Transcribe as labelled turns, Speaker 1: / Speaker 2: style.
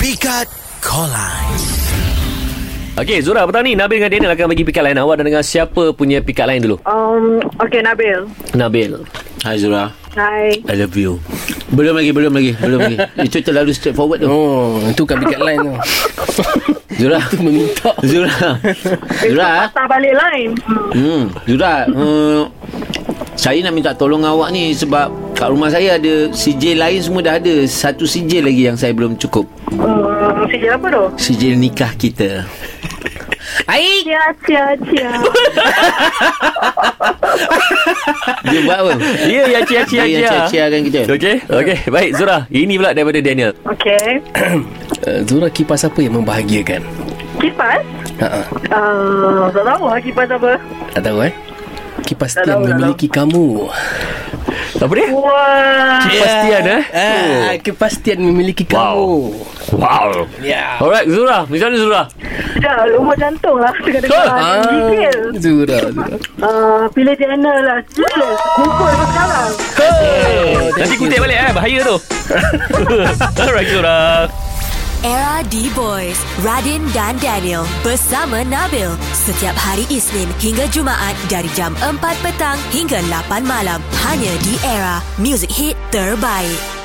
Speaker 1: Pikat Collide.
Speaker 2: Okey, Zura, petang ni Nabil dengan Daniel akan bagi pick line. Awak dah dengar siapa punya pick line dulu?
Speaker 3: Um, okay, Nabil.
Speaker 2: Nabil.
Speaker 4: Hai Zura
Speaker 3: Hai.
Speaker 4: I love you Belum lagi Belum lagi Belum lagi Itu terlalu straightforward tu oh.
Speaker 5: Oh, itu kat pick up line tu.
Speaker 4: Zura
Speaker 5: Itu meminta.
Speaker 4: Zura
Speaker 3: Besok
Speaker 5: Ha?
Speaker 4: Zura
Speaker 3: patah balik line.
Speaker 4: hmm, Zura uh, Saya nak minta tolong awak ni Sebab Kat rumah saya ada Sijil lain semua dah ada Satu sijil lagi yang saya belum cukup
Speaker 3: Hmm, sijil apa tu?
Speaker 4: Sijil nikah kita
Speaker 5: Aik.
Speaker 3: Cia, cia, cia.
Speaker 4: Dia buat apa?
Speaker 2: Dia yang
Speaker 4: Dia yang
Speaker 2: cia-cia.
Speaker 4: cia-ciakan kita
Speaker 2: ya. Okey, okey. Baik, Zura. Ini pula daripada Daniel.
Speaker 3: Okay.
Speaker 5: Uh, Zura kipas apa yang membahagiakan?
Speaker 3: Kipas?
Speaker 5: Ha ah.
Speaker 3: Uh, tak tahu lah kipas apa.
Speaker 5: Tak tahu eh. Kipas
Speaker 3: Tak
Speaker 5: tiang
Speaker 3: tahu, tak
Speaker 5: memiliki kamu.
Speaker 2: Apa dia?
Speaker 3: Wah.
Speaker 2: Kepastian eh.
Speaker 5: Ya.
Speaker 4: Oh.
Speaker 5: Ah, kepastian memiliki
Speaker 2: Wow.
Speaker 5: kamu.
Speaker 2: Wow.
Speaker 5: Ya.
Speaker 2: Alright, Zura. Macam mana Zura?
Speaker 3: Dah, lumur jantung lah. Tengah-tengah.
Speaker 5: Ah,
Speaker 3: Detail.
Speaker 5: Zura, Zura.
Speaker 3: Uh, pilih Diana lah. Gila. Kumpul sekarang.
Speaker 2: Nanti kutip balik eh. Bahaya tu. Alright, Zura.
Speaker 6: Era D-Boys, Radin dan Daniel bersama Nabil setiap hari Isnin hingga Jumaat dari jam 4 petang hingga 8 malam hanya di Era Music Hit Terbaik.